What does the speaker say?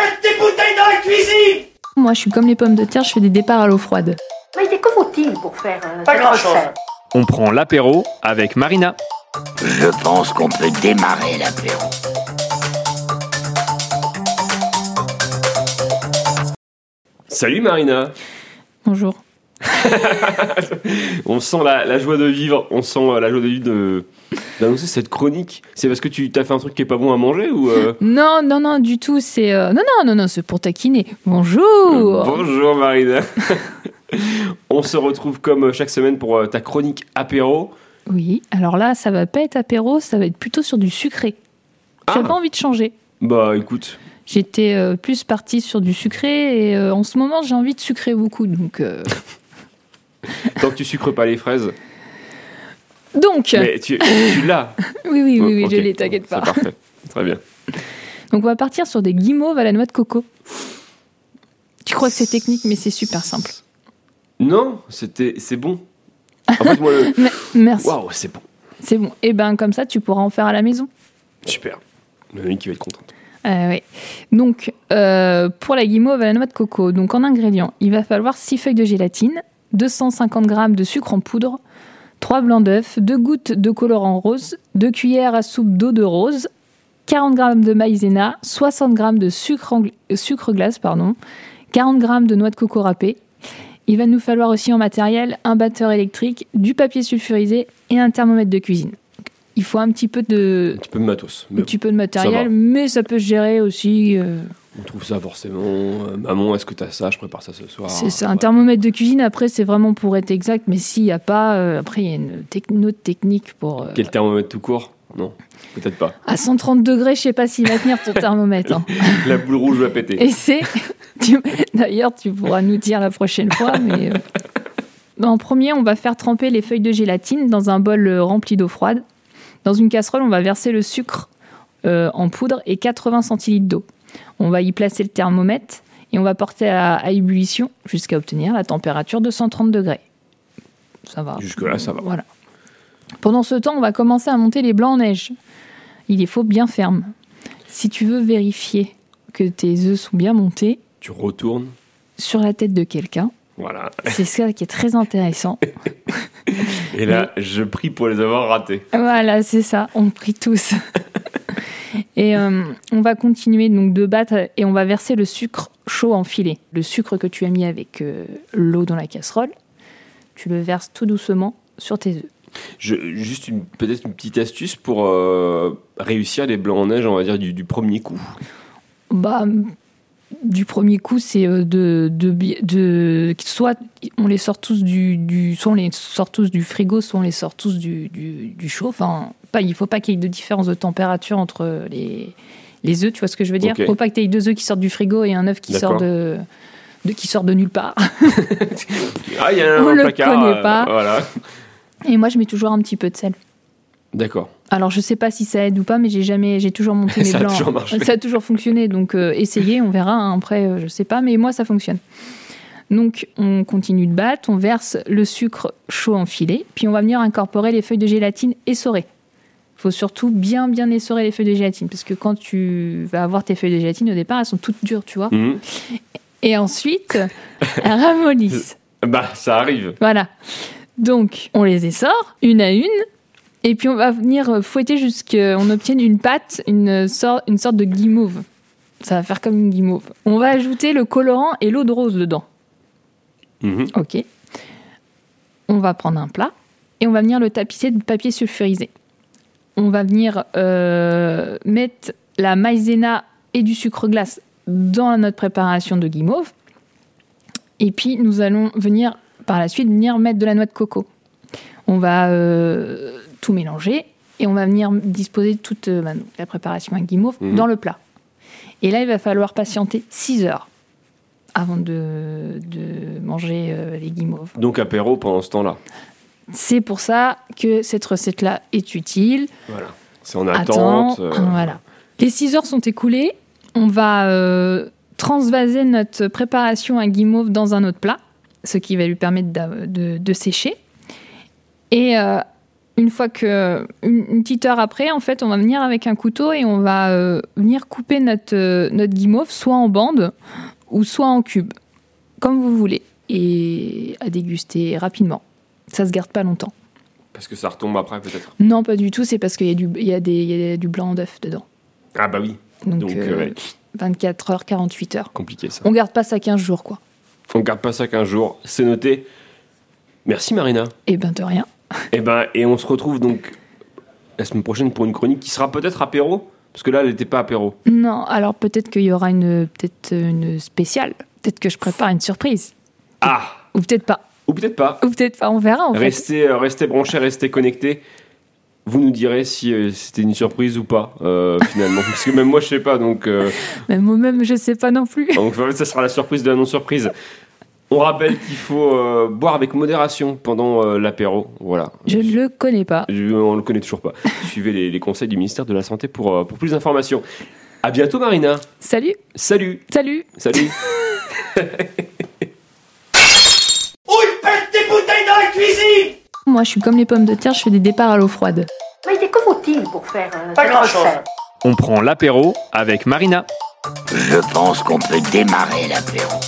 allez dans la cuisine Moi, je suis comme les pommes de terre, je fais des départs à l'eau froide. Mais que faut-il pour faire euh, Pas cette grand-chose. recette On prend l'apéro avec Marina. Je pense qu'on peut démarrer l'apéro. Salut Marina Bonjour. On sent la, la joie de vivre, on sent euh, la joie de vivre de- d'annoncer cette chronique. C'est parce que tu t'as fait un truc qui est pas bon à manger ou... euh, Non, non, non, du tout, c'est. euh, Non, non, non, non, c'est pour taquiner. Bonjour Euh, Bonjour Marina On se retrouve comme euh, chaque semaine pour euh, ta chronique apéro. Oui, alors là, ça va pas être apéro, ça va être plutôt sur du sucré. Ah. J'avais pas envie de changer. Bah écoute, J'étais euh, plus partie sur du sucré et euh, en ce moment, j'ai envie de sucrer beaucoup, donc. euh, tant que tu sucres pas les fraises, Donc mais tu, tu l'as. Oui, oui, oui, oui, Ok, je l'ai, t'inquiète pas. C'est parfait, très bien. Donc on va partir sur des guimauves à la noix de coco. Tu crois que c'est technique, mais c'est super simple. Non, c'était, c'est bon. En fait, moi, le... Mais- merci, Waouh, c'est bon. c'est bon. Et ben comme ça, tu pourras en faire à la maison. Super. Le mec qui va être content. Ah ouais. Donc, euh, pour la guimauve à la noix de coco, donc en ingrédients, il va falloir 6 feuilles de gélatine, 250 g de sucre en poudre, 3 blancs d'œufs, 2 gouttes de colorant rose, 2 cuillères à soupe d'eau de rose, 40 g de maïzena, 60 g de sucre, en gl- euh, sucre glace, pardon, 40 g de noix de coco râpée. Il va nous falloir aussi en matériel un batteur électrique, du papier sulfurisé et un thermomètre de cuisine. Il faut un petit peu de, Un petit peu de matos. un Mais petit peu de ça va. matériel, mais ça peut se gérer aussi. euh, on trouve ça forcément. euh, maman, est-ce que t'as ça Je prépare ça ce soir. c'est c'est un Ah, Ouais. thermomètre de cuisine, après, c'est vraiment pour être exact, mais s'il n'y a pas, euh, après, il y a une, tec- une autre technique pour. euh, Quel thermomètre tout court Non, peut-être pas. à 130 degrés, je sais pas s'il va tenir ton thermomètre. hein. La boule rouge va péter. Et c'est. tu- D'ailleurs, tu pourras nous dire la prochaine fois, mais. euh, En premier, on va faire tremper les feuilles de gélatine dans un bol euh, rempli d'eau froide. Dans une casserole, on va verser le sucre euh, en poudre et 80 centilitres d'eau. On va y placer le thermomètre et on va porter à, à ébullition jusqu'à obtenir la température de 130 degrés. Ça va. Jusque-là, ça va. Voilà. Pendant ce temps, on va commencer à monter les blancs en neige. Il les faut bien fermes. Si tu veux vérifier que tes œufs sont bien montés Tu retournes. sur la tête de quelqu'un, Voilà. c'est ça qui est très intéressant. Et là, je prie pour les avoir ratés. Voilà, c'est ça, on prie tous. et euh, on va continuer donc de battre et on va verser le sucre chaud en filet. Le sucre que tu as mis avec euh, l'eau dans la casserole, tu le verses tout doucement sur tes œufs. Je- juste une- peut-être une petite astuce pour euh, réussir les blancs en neige, on va dire, du, du premier coup. Bah, du premier coup, c'est euh, de, de, bi- de- soit on les sort tous du, du- soit on les sort tous du frigo, soit on les sort tous du, du- du chaud. Enfin, pas, il faut pas qu'il y ait de différence de température entre les les œufs. Tu vois ce que je veux dire Ok. Faut pas que tu aies deux œufs qui sortent du frigo et un œuf qui D'accord. sort de, de- qui sort de nulle part. Ah, il y a un On le placard. connaît euh, pas. voilà. Et moi, je mets toujours un petit peu de sel. D'accord. Alors, je sais pas si ça aide ou pas, mais j'ai jamais, j'ai toujours monté mes Ça a blancs. toujours marché. Ça a toujours fonctionné, donc euh, essayez, on verra. hein. après, euh, je sais pas, mais moi, ça fonctionne. Donc, on continue de battre, on verse le sucre chaud en filet, puis on va venir incorporer les feuilles de gélatine essorées. Il faut surtout bien, bien essorer les feuilles de gélatine, parce que quand tu vas avoir tes feuilles de gélatine, au départ, elles sont toutes dures, tu vois. Mhm. Et ensuite, elles ramollissent. Bah, ça arrive. Voilà. Donc, on les essore une à une. Et puis, on va venir fouetter jusqu'à on obtienne une pâte, une, sor- une sorte de guimauve. Ça va faire comme une guimauve. On va ajouter le colorant et l'eau de rose dedans. Mhm. OK. On va prendre un plat et on va venir le tapisser de papier sulfurisé. On va venir euh, mettre la maïzena et du sucre glace dans notre préparation de guimauve. Et puis, nous allons venir, par la suite, venir mettre de la noix de coco. On va euh, tout mélanger et on va venir disposer de toute euh, bah, donc, la préparation à guimauve Mhm. dans le plat. Et là, il va falloir patienter 6 heures avant de, de manger euh, les guimauves. Donc, apéro pendant ce temps-là. C'est pour ça que cette recette-là est utile. Voilà. C'est en Attends, Ah, attente. euh, voilà. Les 6 heures sont écoulées. On va euh, transvaser notre préparation à guimauve dans un autre plat, ce qui va lui permettre d'a- de, de sécher. Et euh, une fois que une, une petite heure après, en fait, on va venir avec un couteau et on va euh, venir couper notre euh, notre guimauve soit en bande ou soit en cube, comme vous voulez, et à déguster rapidement. Ça se garde pas longtemps. Parce que ça retombe après, peut-être. Non, pas du tout. C'est parce qu'il y a du il y a des il y a du blanc d'œuf dedans. Ah bah oui. Donc, Donc, euh, euh, ouais, 24 heures, 48 heures. compliqué ça. On garde pas ça 15 jours, quoi. On garde pas ça qu'un jour. C'est noté. Merci Marina. Et ben de rien. Et ben, et on se retrouve donc la semaine prochaine pour une chronique qui sera peut-être apéro, parce que là, elle n'était pas apéro. Non, alors peut-être qu'il y aura une peut-être euh, une spéciale. Peut-être que je prépare une surprise. Ah, Ou peut-être pas. ou peut-être pas. Ou peut-être pas. On verra en fait. Restez, euh, restez branchés, restez connectés. Vous nous direz si euh, c'était une surprise ou pas, euh, finalement. Parce que même moi, je sais pas, donc, euh, Mais moi-même, je sais pas non plus. donc en fait, ça sera la surprise de la non-surprise. On rappelle qu'il faut euh, boire avec modération pendant euh, l'apéro. Voilà. Je ne le connais pas. Je- on le connaît toujours pas. Suivez les, les conseils du ministère de la Santé pour, euh, pour plus d'informations. À bientôt, Marina. Salut, Salut. salut. Salut. Moi, je suis comme les pommes de terre, je fais des départs à l'eau froide. Mais que faut-il pour faire euh, Pas cette grand-chose. recette On prend l'apéro avec Marina. Je pense qu'on peut démarrer l'apéro.